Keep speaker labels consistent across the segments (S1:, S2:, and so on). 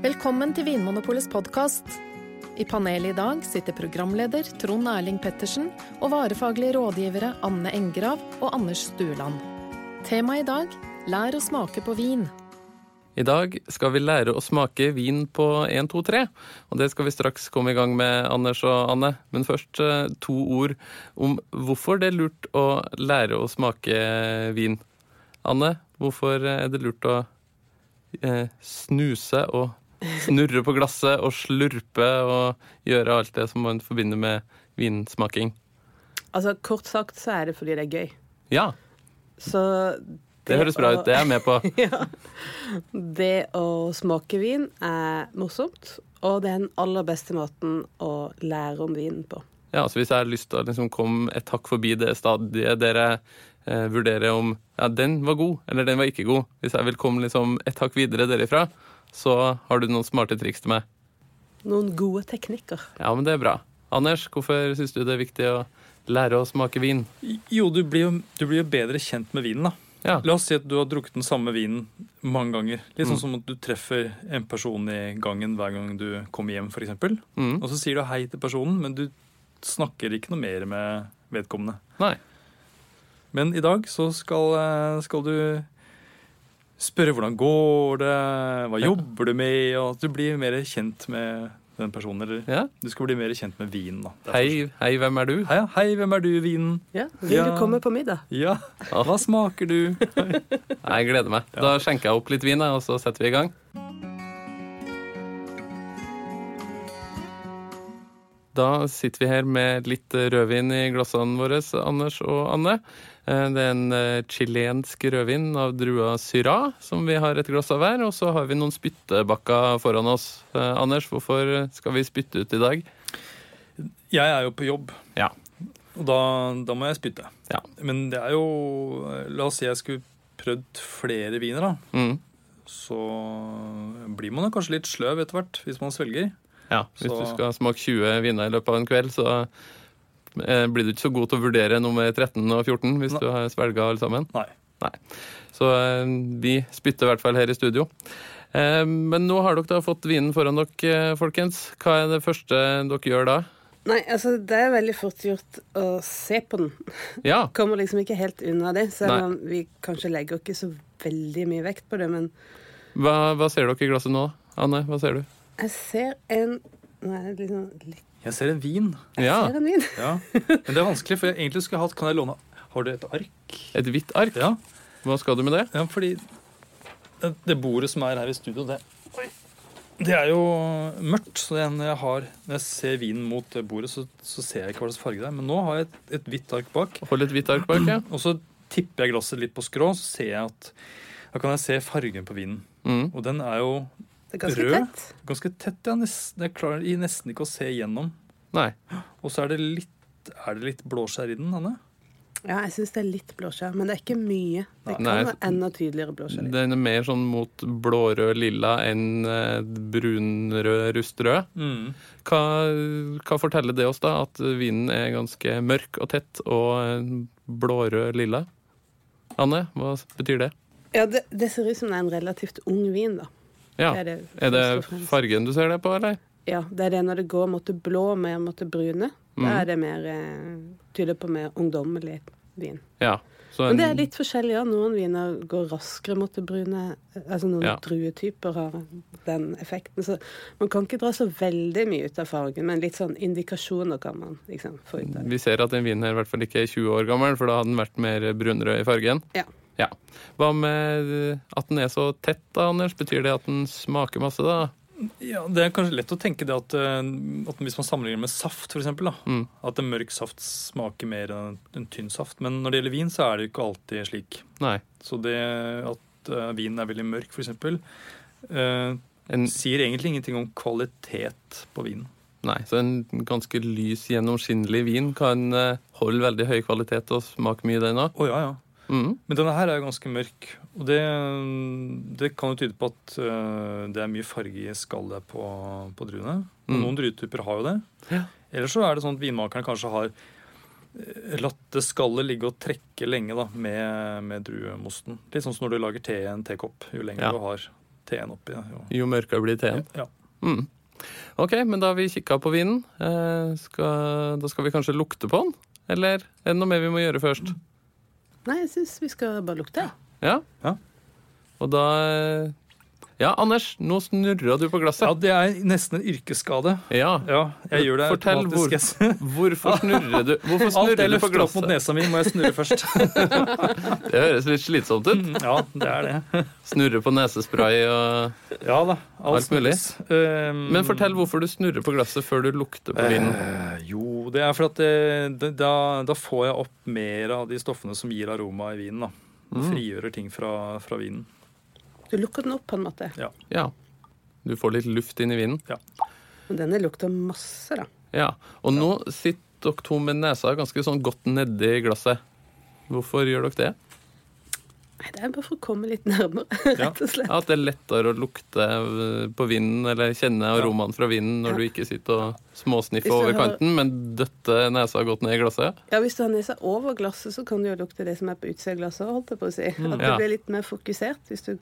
S1: Velkommen til Vinmonopolets podkast. I panelet i dag sitter programleder Trond Erling Pettersen og varefaglige rådgivere Anne Engrav og Anders Stueland. Temaet i dag lær å smake på vin.
S2: I dag skal vi lære å smake vin på 1, 2, 3. Og det skal vi straks komme i gang med, Anders og Anne. Men først eh, to ord om hvorfor det er lurt å lære å smake vin. Anne, hvorfor er det lurt å eh, snuse og snurre på glasset og slurpe og gjøre alt det som man forbinder med vinsmaking?
S3: Altså, Kort sagt så er det fordi det er gøy.
S2: Ja,
S3: Så
S2: det høres bra ut. Det er jeg med på.
S3: ja. Det å smake vin er morsomt, og det er den aller beste måten å lære om vin på.
S2: Ja, altså Hvis jeg har lyst til å liksom komme et hakk forbi det stadiet der jeg eh, vurderer om ja, den var god eller den var ikke god, hvis jeg vil komme liksom et hakk videre derifra, så har du noen smarte triks til meg.
S3: Noen gode teknikker.
S2: Ja, men det er bra. Anders, hvorfor syns du det er viktig å lære å smake vin?
S4: Jo, du blir jo, du blir jo bedre kjent med vinen, da.
S2: Ja,
S4: La oss si at du har drukket den samme vinen mange ganger.
S2: Mm.
S4: Litt sånn som at du treffer en person i gangen hver gang du kommer hjem, f.eks.
S2: mm.
S4: Og så sier du hei til personen, men du snakker ikke noe mer med vedkommende.
S2: Nei.
S4: Men i dag så skal, eh, skal du spørre hvordan går det, hva
S2: Ja.
S4: jobber du med, og at du blir mer kjent med den personen. Eller
S2: Ja.
S4: du skal bli mer kjent med vinen, da. Det er
S2: Hei, hei, hvem er du?
S4: forskjell. Hei, ja. hei, hvem er du, vinen?
S3: Ja, Vil
S4: Ja.
S3: du komme på middag?
S4: Ja,
S2: Ah.
S4: hva smaker du?
S2: Jeg gleder meg. Da skjenker jeg opp litt vin, jeg, og så setter vi i gang. Da sitter vi her med litt eh, rødvin i glassene våre, Anders og Anne. Eh, Det er en eh, chilensk rødvin av drua Syrah som vi har et glass av hver. Og så har vi noen spyttebakker foran oss. Eh, Anders, hvorfor skal vi spytte ut i dag?
S4: Jeg er jo på jobb.
S2: Ja.
S4: Og da, da må jeg spytte.
S2: Ja.
S4: Men det er jo La oss si jeg skulle prøvd flere viner, da.
S2: Mm.
S4: Så blir man jo kanskje litt sløv etter hvert, hvis man svelger.
S2: Ja, hvis
S4: Så-
S2: du skal smake 20 viner i løpet av en kveld, så eh, blir du ikke så god til å vurdere nummer 13 og 14 hvis
S4: Nei.
S2: du har svelga alle sammen.
S4: Nei.
S2: Så eh, vi spytter i hvert fall her i studio. Eh, Men nå har dere da fått vinen foran dere, eh, folkens. Hva er det første dere gjør da?
S3: Nei, altså, det er veldig fort gjort å se på den.
S2: Ja,
S3: Kommer liksom ikke helt unna det,
S2: Nei.
S3: selv om vi kanskje legger ikke så veldig mye vekt på det, men
S2: hva, hva ser dere i glasset nå? Anne, hva ser du?
S3: jeg ser en Nå er det liksom litt
S4: Jeg ser en vin.
S3: Jeg
S2: Ja,
S3: ser en vin.
S4: Ja. Men det er vanskelig, for jeg egentlig skulle jeg hatt Kan jeg låne Har du et ark?
S2: et hvitt ark.
S4: Ja,
S2: Hva skal du med det?
S4: ja fordi det, det bordet som er her i studio, det det er jo mørkt, så det når jeg, har, når jeg ser vinen mot det bordet, så, så ser jeg ikke hva slags farge det er. Men nå har jeg et, et hvitt ark bak.
S2: Hold et hvitt ark bak, ja.
S4: Og så tipper jeg glasset litt på skrå, så ser jeg at da kan jeg se fargen på vinen.
S2: Mm.
S4: Og den er jo
S3: Det er ganske
S4: Rød.
S3: tett.
S4: ganske tett. Ja, nesten, jeg klarer i- nesten ikke å se igjennom.
S2: Nei.
S4: Og så er det litt, er det litt blåskjær i den, Hanne?
S3: Ja, jeg syns det er litt blåskjær, men det er ikke mye. Det kan
S2: Nei.
S3: være enda tydeligere blåskjær. i.
S2: Den er mer sånn mot blårød-lilla enn eh, brunrød, rustrød.
S4: Mm.
S2: Hva, hva forteller det oss, da? At vinen er ganske mørk og tett og eh, blårød-lilla? Anne, hva betyr det?
S3: Ja, det, det ser ut som det er en relativt ung vin, da.
S2: Ja,
S3: Det er det,
S2: Er det
S3: først og fremst.
S2: fargen du ser det på, eller?
S3: Ja, det er det når det går mot det blå mer mot det brune. Da
S2: Mhm. Mm,
S3: er det mer eh, tyder på mer ungdommelig vin.
S2: Ja. Så
S3: Men det
S2: en-
S3: er litt forskjellig. Ja. Noen viner går raskere mot det brune. Altså noen
S2: Ja.
S3: druetyper har den effekten. Så man kan ikke dra så veldig mye ut av fargen, men litt sånn indikasjoner kan man liksom få ut av det.
S2: Vi ser at den vinen her i hvert fall ikke er 20 år gammel, for da hadde den vært mer brunrød i fargen.
S3: Ja.
S2: Ja. Hva med eh, at den er så tett, da, Anders? Betyr det at den smaker masse, da?
S4: Ja, det er kanskje lett å tenke det at, eh, at hvis man sammenligner med saft, for eksempel, da,
S2: Mm.
S4: at en mørk saft smaker mer enn en tynn saft. Men når det gjelder vin, så er det jo ikke alltid slik.
S2: Nei.
S4: Så det at eh, vinen er veldig mørk, for eksempel, eh,
S2: En,
S4: sier egentlig ingenting om kvalitet på vinen.
S2: nei. Så en ganske lys, gjennomskinnelig vin kan eh, holde veldig høy kvalitet og smake mye, den òg.
S4: Å ja, ja.
S2: Mm.
S4: Men denne her er jo ganske mørk, og det, det kan jo tyde på at øh, det er mye farge i skallet på, på druene. Og
S2: Mm.
S4: Noen druetyper har jo det.
S2: Ja.
S4: Ellers så er det sånn at vinmakerne kanskje har latt det skallet ligge og trekke lenge da, med, med druemosten. Litt sånn som når du lager te i en tekopp. Jo lenger
S2: Ja.
S4: du har teen oppi. Jo.
S2: Jo mørkere blir teen.
S4: Ja.
S2: Mm. Ok, men da har vi kikka på vinen. Eh, skal, da skal vi kanskje lukte på den? Eller er det noe mer vi må gjøre først?
S3: Nei, jeg syns vi skal bare lukte.
S2: Ja?
S4: Ja.
S2: Og da eh, Ja, Anders, nå snurra du på
S4: ja,
S2: glasset.
S4: det er nesten en yrkesskade.
S2: Ja.
S4: Ja, jeg gjør det
S2: Fortell hvor.
S4: automatisk. jeg.
S2: Hvorfor snurrer du Hvorfor
S4: Alt
S2: snurrer
S4: jeg
S2: du på
S4: løfter opp
S2: glasset?
S4: mot nesa mi, må jeg snurre først.
S2: Det høres litt slitsomt ut.
S4: Ja, det er det.
S2: Snurre på nesespray og
S4: Ja da.
S2: Alt mulig.
S4: snurres. Um,
S2: Men fortell hvorfor du snurrer på glasset før du lukter på vinen.
S4: Eh, jo, det er for at det, det, da, da får jeg opp mer av de stoffene som gir aroma i vinen. da.
S2: Mm.
S4: Frigjører ting fra, fra vinen.
S3: Du lukker den opp på en måte.
S2: Ja. Du får litt luft inn i vinen.
S3: Men denne lukter masse, da.
S2: Ja. Og nå sitter dere to med nesa ganske sånn godt nedi glasset. Hvorfor gjør dere det?
S3: Nei, det er bare for å komme litt nærmere,
S4: Ja.
S3: rett og slett.
S2: Ja, At det er lettere å lukte eh, på vinen eller kjenne aromaen fra vinen når
S3: Ja.
S2: du ikke sitter og småsniffer
S3: Hvis du
S2: over
S3: har-
S2: kanten, men døtter nesa godt ned i glasset?
S3: Ja, Hvis du har nesa over glasset, så kan du jo lukte det som er på utsida av glasset. holdt jeg på å si. At det
S2: ja.
S3: blir litt mer fokusert hvis du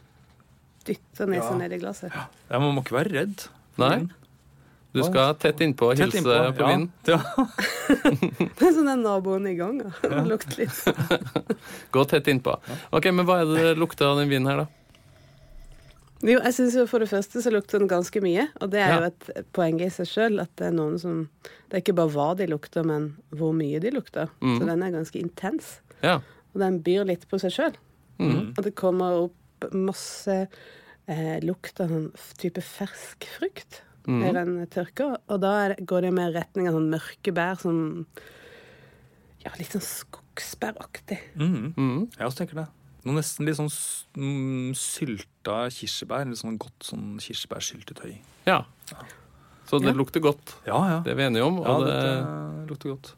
S3: dytter nesa
S4: Ja.
S3: ned i glasset.
S4: Ja, man må ikke være redd.
S2: Nei. Du skal tett innpå og
S4: Tett
S2: hilse
S4: innpå,
S2: på
S4: ja.
S2: vinen.
S4: Ja.
S3: Det er sånn den naboen i gangen. Ja. Lukter litt.
S2: Gå tett innpå. Ok, Men hva er det det lukter av den vinen her, da?
S3: Jo, jeg synes jo For det første så lukter den ganske mye, og det er
S2: Ja.
S3: jo et poeng i seg sjøl. At det er noen som Det er ikke bare hva de lukter, men hvor mye de lukter.
S2: Mhm.
S3: Så den er ganske intens.
S2: Ja.
S3: Og den byr litt på seg sjøl.
S2: Mm.
S3: Og det kommer opp masse eh, lukt av sånn f- type fersk frukt
S4: Mm.
S2: Mhm.
S3: mer enn tørka. Og da er, det- går det mer i retning av sånn mørke bær, sånn Ja, litt sånn skogsbæraktig.
S4: Mhm.
S2: Mm.
S4: Jeg også tenker det. Noe nesten litt sånn s- mm, sylta kirsebær. Litt sånn godt sånn kirsebærsyltetøy.
S2: Ja. Så det
S3: Ja.
S2: lukter godt.
S4: Ja, ja.
S2: Det er vi enige om.
S4: ja
S2: Og det,
S4: Dette lukter godt.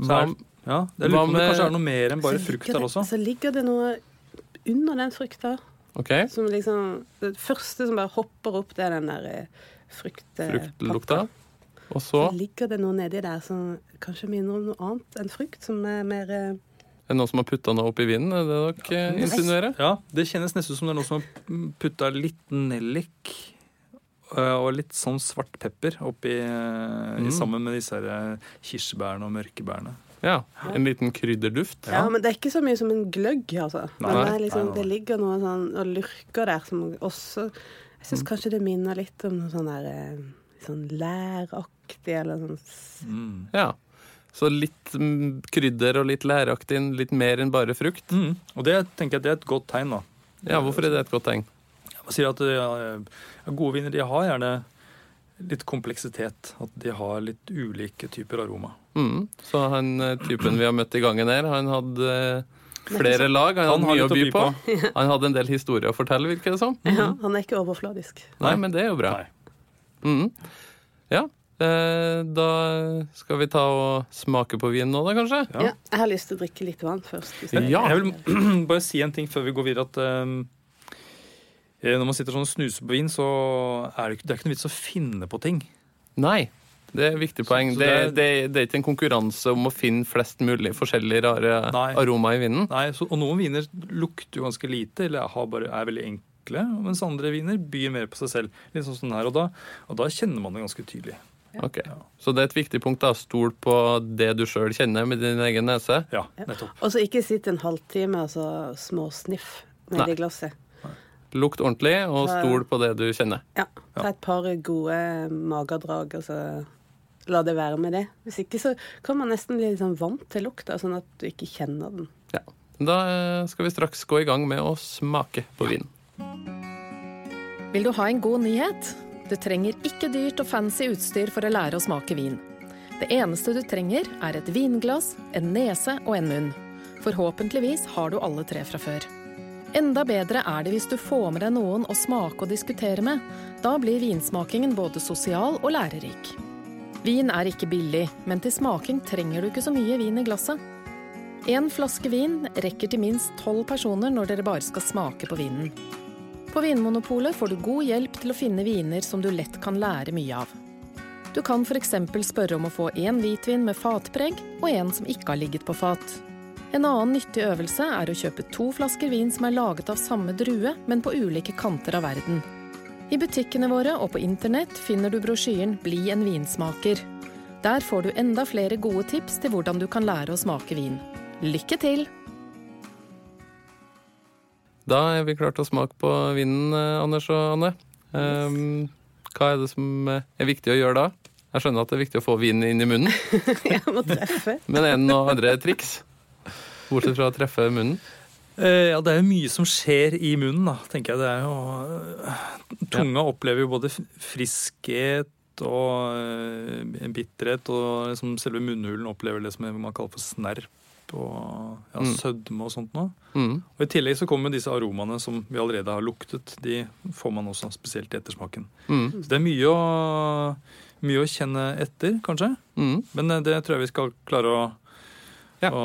S4: Så
S2: hva,
S4: er- Ja, det
S2: Hva
S4: lurer på om det
S2: med-
S4: kanskje er noe mer enn
S3: Så
S4: bare frukt
S3: ligger
S4: der
S3: det-
S4: også.
S3: Så ligger det noe under den frukta
S2: OK.
S3: som liksom Det første som bare hopper opp, det er den der eh, frukt... eh,
S2: Fruktlukta.
S3: pakka.
S2: Og så
S3: Så ligger det noe nedi der som kanskje minner om noe annet enn frukt, som er mer eh,
S2: er det noen som har putta noe oppi vinen? Er det dere eh, insinuerer?
S4: Ja, Det kjennes nesten ut som det er noen som har putta litt nellik eh, og litt sånn svart pepper oppi eh, i-
S2: Mm.
S4: sammen med disse her eh, kirsebærene og mørkebærene.
S2: Ja. En liten krydderduft.
S3: Ja, men det er ikke så mye som en gløgg, altså. men
S4: Nei,
S3: det, er liksom,
S4: nei, nei.
S3: det ligger noe sånn og lurker der som også Jeg
S4: Mm.
S3: syns kanskje det minner litt om noe sånn der eh, sånn læraktig eller sånn s-
S4: Mm.
S2: Ja. Så litt mm, krydder og litt læraktig, litt mer enn bare frukt.
S4: Mm. Og det tenker jeg det er et godt tegn, da.
S2: Ja, hvorfor er det et godt tegn?
S4: Man sier at ja, ja, gode viner de har gjerne litt kompleksitet. At de har litt ulike typer aroma.
S2: Mm. Så han eh, typen vi har møtt i gangen her, han hadde eh, flere lag. Han hadde
S4: har
S2: mye å by
S4: litt
S2: på. Han hadde en del historier å fortelle, virker det som.
S4: Mm.
S3: Ja, han er ikke overfladisk.
S2: Nei, men det er jo bra.
S4: Nei.
S2: Mhm. Ja. Eh, da skal vi ta og smake på vinen nå, da, kanskje?
S4: Ja.
S3: Ja. jeg har lyst til å drikke litt vann først. hvis det-
S2: Ja.
S4: Jeg vil bare si en ting før vi går videre. at ehm, eh, Når man sitter sånn og snuser på vin, så er det, ikke, det er ikke noe vits å finne på ting.
S2: Nei. Det er et viktig poeng.
S4: så
S2: det,
S4: det er-
S2: det, det er ikke en konkurranse om å finne flest mulig forskjellige rare
S4: Nei.
S2: aromaer i vinen.
S4: Nei, så, og Noen viner lukter jo ganske lite, eller har bare, er veldig enkle. Mens andre viner byr mer på seg selv. Litt sånn som den her, og da, og da kjenner man det ganske tydelig.
S2: Ok. Så det er et viktig punkt. da, Stol på det du sjøl kjenner med din egen nese.
S4: Ja, nettopp.
S3: Og så ikke sitt en halvtime og så småsniff
S2: Nei.
S3: nedi glasset.
S2: Lukt ordentlig, og
S3: Ja, ja.
S2: stol på det du kjenner.
S3: Ja. Ta et par gode eh, magedrag, og så la det være med det. Hvis ikke så kan man nesten bli litt sånn vant til lukta, sånn at du ikke kjenner den.
S2: Ja. Da eh, skal vi straks gå i gang med å smake på vinen.
S1: Vil du ha en god nyhet? Du trenger ikke dyrt og fancy utstyr for å lære å smake vin. Det eneste du trenger, er et vinglass, en nese og en munn. Forhåpentligvis har du alle tre fra før. Enda bedre er det hvis du får med deg noen å smake og diskutere med. Da blir vinsmakingen både sosial og lærerik. Vin er ikke billig, men til smaking trenger du ikke så mye vin i glasset. En flaske vin rekker til minst tolv personer når dere bare skal smake på vinen. På Vinmonopolet får du god hjelp til å finne viner som du lett kan lære mye av. Du kan f.eks. spørre om å få én hvitvin med fatpreg og en som ikke har ligget på fat. En annen nyttig øvelse er å kjøpe to flasker vin som er laget av samme drue, men på ulike kanter av verden. I butikkene våre og på internett finner du brosjyren Bli en vinsmaker. Der får du enda flere gode tips til hvordan du kan lære å smake vin. Lykke til!
S2: Da er vi klare til å smake på vinen, eh, Anders og Anne. Ehm, hva er det som eh, er viktig å gjøre da? Jeg skjønner at det er viktig å få vinen inn i munnen,
S3: Jeg må treffe.
S2: men er det noen andre triks? Bortsett fra å treffe munnen.
S4: Eh, Ja, det er jo mye som skjer i munnen, da, tenker jeg. Det er jo eh, Tunga opplever jo både f- friskhet og eh, bitterhet, og liksom selve munnhulen opplever det som man kaller for snerp og ja,
S2: Mm.
S4: sødme og sånt noe.
S2: Mm.
S4: Og I tillegg så kommer disse aromaene som vi allerede har luktet. De får man også spesielt i ettersmaken.
S2: Mm.
S4: Så det er mye å, mye å kjenne etter, kanskje.
S2: Mm.
S4: Men eh, det tror jeg vi skal klare å,
S2: Ja.
S4: å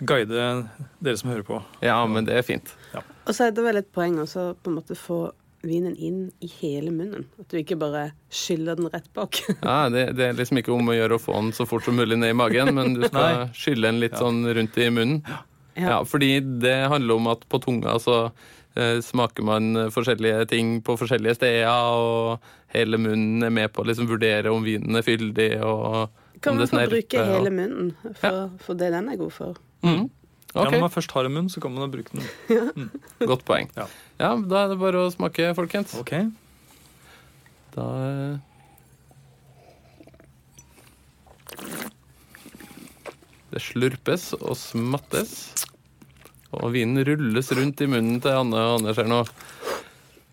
S4: guide dere som hører på.
S2: Ja, men det er fint.
S3: Og så er det vel et poeng også på en måte få vinen inn i hele munnen. At du ikke bare skyller den rett bak.
S2: Ja, det, det er liksom ikke om å gjøre å få den så fort som mulig ned i magen, men du skal
S4: Nei.
S2: skylle den litt sånn rundt i munnen. Ja,
S3: Ja.
S2: fordi det handler om at på tunga så eh, smaker man eh, forskjellige ting på forskjellige steder, og hele munnen er med på å liksom vurdere om vinen er fyldig, og
S3: Kan
S2: om
S3: man
S2: det sånn
S3: få
S2: snerper,
S3: bruke
S2: og-
S3: hele munnen for, for det den er god for?
S2: Mm.
S4: Ja,
S2: Ok,
S4: når man først har en munn, så kan man jo bruke den.
S2: godt poeng.
S4: Ja.
S2: Ja, da er det bare å smake, folkens.
S4: Ok,
S2: Da eh, Det slurpes og smattes, og vinen rulles rundt i munnen til Anne og Anders her nå.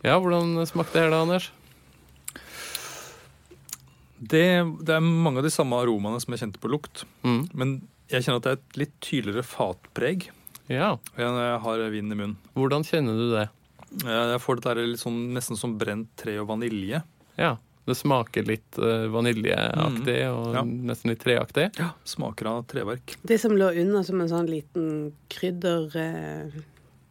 S2: Ja, hvordan smakte det her da, Anders?
S4: det, det er mange av de samme aromaene som jeg kjente på lukt.
S2: Mm.
S4: Men jeg kjenner at det er et litt tydeligere fatpreg
S2: Ja,
S4: når jeg har vinen i munnen.
S2: hvordan kjenner du det?
S4: Eh, Jeg får dette her litt sånn, nesten som brent tre og vanilje.
S2: Ja, det smaker litt eh, vaniljeaktig og
S4: Mm. Ja.
S2: nesten litt treaktig.
S4: Smaker av treverk.
S3: Det som lå under som en sånn liten krydderbunn,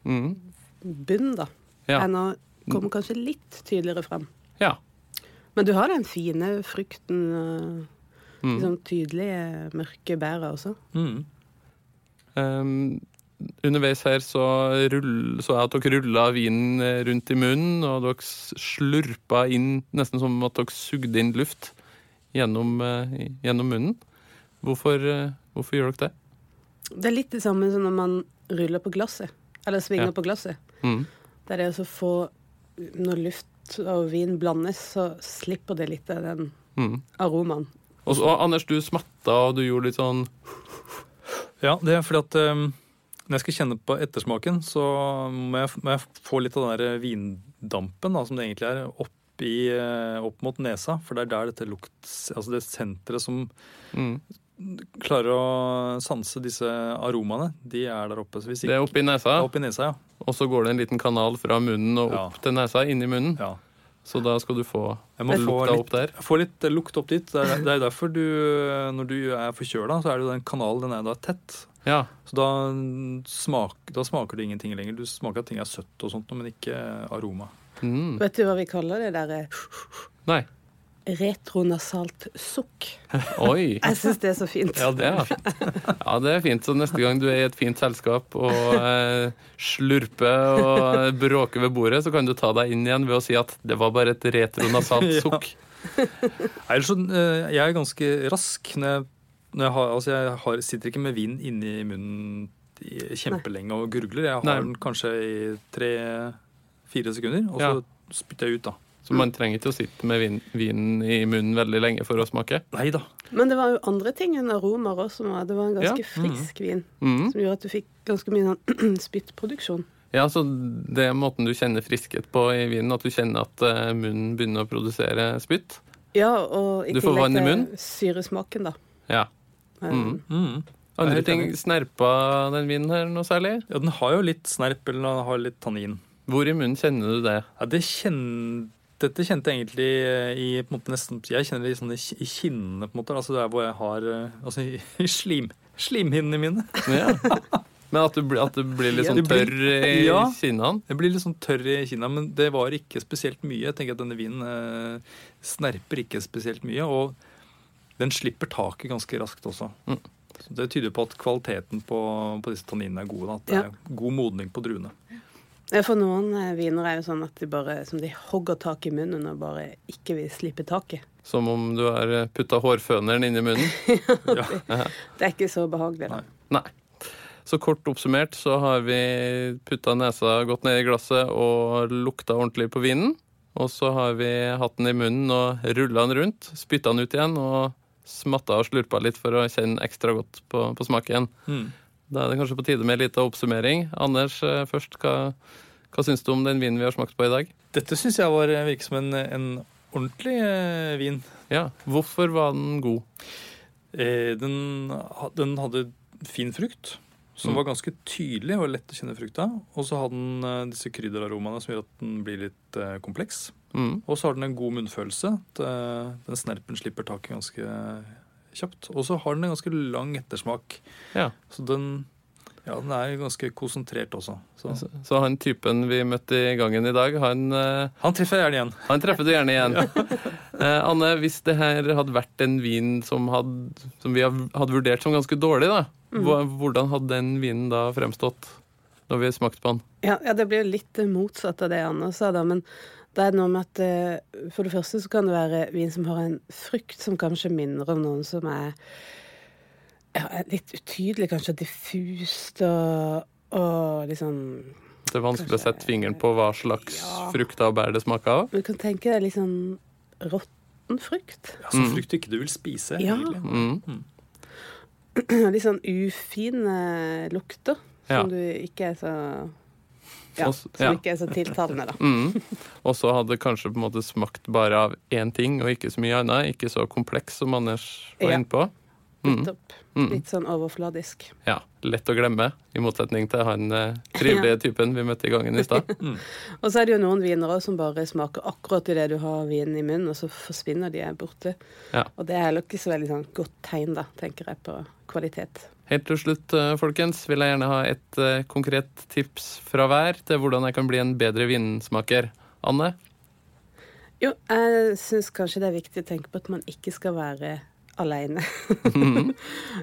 S2: Mm.
S3: da.
S2: Ja.
S3: Ennå kommer kanskje litt tydeligere frem.
S2: ja.
S3: Men du har den fine frukten, og
S2: Mm.
S3: liksom tydelige mørke bæret også.
S4: Mm.
S2: Um, underveis her så, rull, så jeg at dere rulla vinen rundt i munnen, og dere s- slurpa inn nesten som at dere sugde inn luft gjennom, eh, i- gjennom munnen. Hvorfor, eh, hvorfor gjør dere det?
S3: Det er litt det samme som når man ruller på glasset, eller svinger
S2: Ja.
S3: på glasset.
S2: Mm.
S3: Det er det å så få Når luft og vin blandes, så slipper det litt av den
S2: Mm.
S3: aromaen.
S2: Og så, og Anders, du smatta, og du gjorde litt sånn
S4: Ja, det er fordi at eh, når jeg skal kjenne på ettersmaken, så må jeg, må jeg få litt av den der vindampen da, som det egentlig er, opp, i, eh, opp mot nesa. For det er der dette lukt... Altså det senteret som
S2: mm.
S4: klarer å sanse disse aromaene, de er der oppe. Så hvis
S2: Det er
S4: ikke,
S2: oppi
S4: det er
S2: nesa,
S4: opp i nesa, ja.
S2: og så går det en liten kanal fra munnen og opp
S4: Ja.
S2: til nesa, inni munnen.
S4: ja.
S2: Så da skal du få
S4: Jeg må få
S2: lukta
S4: litt-
S2: opp der.
S4: Få litt eh, lukt opp dit. Det er, det er derfor du, eh, når du er forkjøla, så er det jo den kanalen den er da tett.
S2: Ja.
S4: Så da, mm, smak, da smaker du ingenting lenger. Du smaker at ting er søtt og sånt, men ikke aroma.
S2: Mm.
S3: Vet du hva vi kaller det der eh,
S2: Nei.
S3: retronasalt sukk?
S2: Oi.
S3: Jeg syns det er så fint.
S4: Ja, det
S2: Ja. ja, det er fint. Så neste gang du er i et fint selskap og eh, slurper og eh, bråker ved bordet, så kan du ta deg inn igjen ved å si at det var bare et retronasalt
S4: Ja.
S2: sukk.
S4: Ellers så, eh, jeg er ganske rask når jeg, når jeg har Altså, jeg har, sitter ikke med vin inni munnen i- kjempelenge og gurgler. Jeg har
S2: Nei.
S4: den kanskje i tre-fire sekunder, og
S2: Ja.
S4: så spytter jeg ut, da.
S2: Så man trenger ikke å sitte med vin, vinen i munnen veldig lenge for å smake.
S4: Nei da.
S3: Men det var jo andre ting enn aromaer også. som var- Det var en ganske frisk vin
S2: Mm.
S3: som gjorde at du fikk ganske mye sånn spyttproduksjon.
S2: Ja, så det er måten du kjenner friskhet på i vinen, at du kjenner at eh, munnen begynner å produsere spytt.
S3: Ja, og i
S2: Du får vann i
S3: tillegg
S2: munnen?
S3: til syresmaken, da.
S2: Ja.
S3: Eh,
S2: Mm.
S4: Mm.
S2: Andre
S4: Jeg er helt
S2: ting
S4: enig.
S2: snerpa den vinen her noe særlig?
S4: Ja, den har jo litt snerp, eller den har litt tannin.
S2: Hvor i munnen kjenner du det?
S4: Ja, det kjen- Dette kjente jeg egentlig eh, i på en måte nesten Jeg kjenner det i sånne ki- i kinnene, på en måte. Altså der hvor jeg har eh, Altså i, i slim, slimhinnene mine.
S2: Ja. Men at du, blir- at du blir litt sånn
S4: Det blir-
S2: tørr i
S4: Ja.
S2: kinnene?
S4: Jeg blir litt sånn tørr i kinna, men det var ikke spesielt mye. Jeg tenker at denne vinen eh, snerper ikke spesielt mye, og den slipper taket ganske raskt også.
S2: Mm.
S4: Så det tyder på at kvaliteten på, på disse tanninene er god. da, At det
S3: Ja.
S4: er god modning på druene.
S3: Ja, For noen eh, viner er jo sånn at de bare som de hogger tak i munnen og bare ikke vil slippe taket.
S2: Som om du har putta hårføneren inn i munnen?
S4: Ja.
S3: Det er ikke så behagelig. da.
S4: Nei.
S2: Nei. Så kort oppsummert så har vi putta nesa godt ned i glasset og lukta ordentlig på vinen. Og så har vi hatt den i munnen og rulla den rundt, spytta den ut igjen og smatta og slurpa litt for å kjenne ekstra godt på, på smaken.
S4: Mm.
S2: Da er det kanskje på tide med litt av oppsummering. Anders, eh, først, hva, hva syns du om den vinen vi har smakt på i dag?
S4: Dette syns jeg var, eh, virker som en, en ordentlig eh, vin.
S2: Ja, Hvorfor var den god?
S4: Eh, den, ha- den hadde fin frukt, som
S2: Mm.
S4: var ganske tydelig og lett å kjenne frukta. Og så hadde den eh, disse krydderaromaene som gjør at den blir litt eh, kompleks.
S2: Mm.
S4: Og så har den en god munnfølelse. at, eh, Den snerpen slipper taket ganske kjapt. Og så har den en ganske lang ettersmak.
S2: Ja.
S4: Så den, ja, den er ganske konsentrert også. Så.
S2: Så, så han typen vi møtte i gangen i dag, han eh,
S4: Han treffer jeg gjerne igjen.
S2: Han treffer du gjerne igjen. Eh, Anne, hvis det her hadde vært en vin som, hadde, som vi hadde vurdert som ganske dårlig, da,
S3: Mm.
S2: hva- hvordan hadde den vinen da fremstått? Når vi smakte på den.
S3: Ja, ja, det blir jo litt eh, motsatt av det Anna sa, da, men det er noe med at eh, for det første så kan det være vin som har en frukt som kanskje minner om noen som er ja, er litt utydelig, kanskje diffust og, og liksom
S2: Det er vanskelig å
S3: Kanskje-
S2: sette fingeren på hva slags
S3: Ja.
S2: frukter og bær det smaker av.
S3: Du kan tenke deg litt sånn råtten frukt.
S4: Ja, så frukt ikke du vil spise.
S3: Ja.
S4: egentlig.
S2: Mm.
S3: Litt sånn ufine lukter
S2: Ja.
S3: som du ikke er så Ja,
S2: Og s-
S3: som
S2: ja.
S3: ikke er så tiltalende, da.
S2: Mm. Og så hadde det kanskje på en måte smakt bare av én ting og ikke så mye annet. Ikke så kompleks som Anders var
S3: Ja.
S2: innpå. Mm.
S3: Nettopp.
S2: Mm.
S3: Litt sånn overfladisk.
S2: Ja, Lett å glemme, i motsetning til han eh, trivelige typen vi møtte i gangen i stad.
S4: Mm.
S3: Og så er det jo noen viner også som bare smaker akkurat idet du har vinen i munnen, og så forsvinner de borte.
S2: Ja.
S3: Og det er heller ikke så veldig sånn godt tegn, da, tenker jeg, på kvalitet.
S2: Helt til slutt, eh, folkens, vil jeg gjerne ha et eh, konkret tips fra hver til hvordan jeg kan bli en bedre vinsmaker. Anne?
S3: Jo, jeg syns kanskje det er viktig å tenke på at man ikke skal være aleine.
S2: Mhm.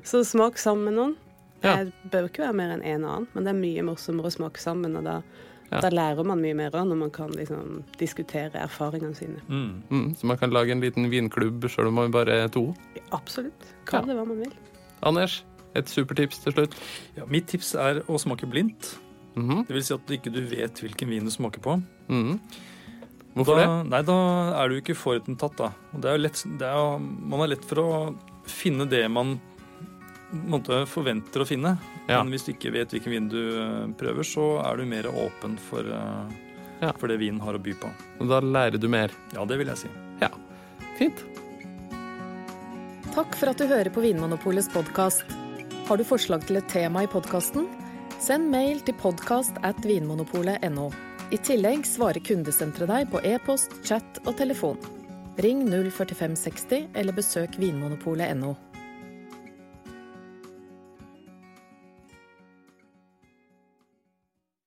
S3: så smak sammen med noen.
S2: Ja.
S3: Det bør ikke være mer enn én en annen, men det er mye morsommere å smake sammen, og da,
S2: Ja.
S3: da lærer man mye mer når man kan liksom diskutere erfaringene sine.
S4: Mm.
S2: Mm, så man kan lage en liten vinklubb sjøl om man bare er to.
S3: Absolutt. Kall
S2: Ja.
S3: det hva man vil.
S2: Anders, et supertips til slutt.
S4: Ja, mitt tips er å smake blindt.
S2: Mhm,
S4: Det vil si at du ikke du vet hvilken vin du smaker på.
S2: mhm. Hvorfor
S4: da,
S2: det?
S4: Nei, da er du ikke forutinntatt, da. Og det er jo lett, det er jo, man er lett for å finne det man på en måte, forventer å finne.
S2: Ja.
S4: Men hvis du ikke vet hvilken vin du eh, prøver, så er du mer åpen for, eh,
S2: Ja.
S4: for det vinen har å by på.
S2: Og Da lærer du mer.
S4: Ja, det vil jeg si.
S2: Fint.
S1: Takk for at du hører på Vinmonopolets podkast. Har du forslag til et tema i podkasten? Send mail til podkast at vinmonopolet.no. I tillegg svarer kundesenteret deg på e-post, chat og telefon. Ring 04560 eller besøk vinmonopolet.no.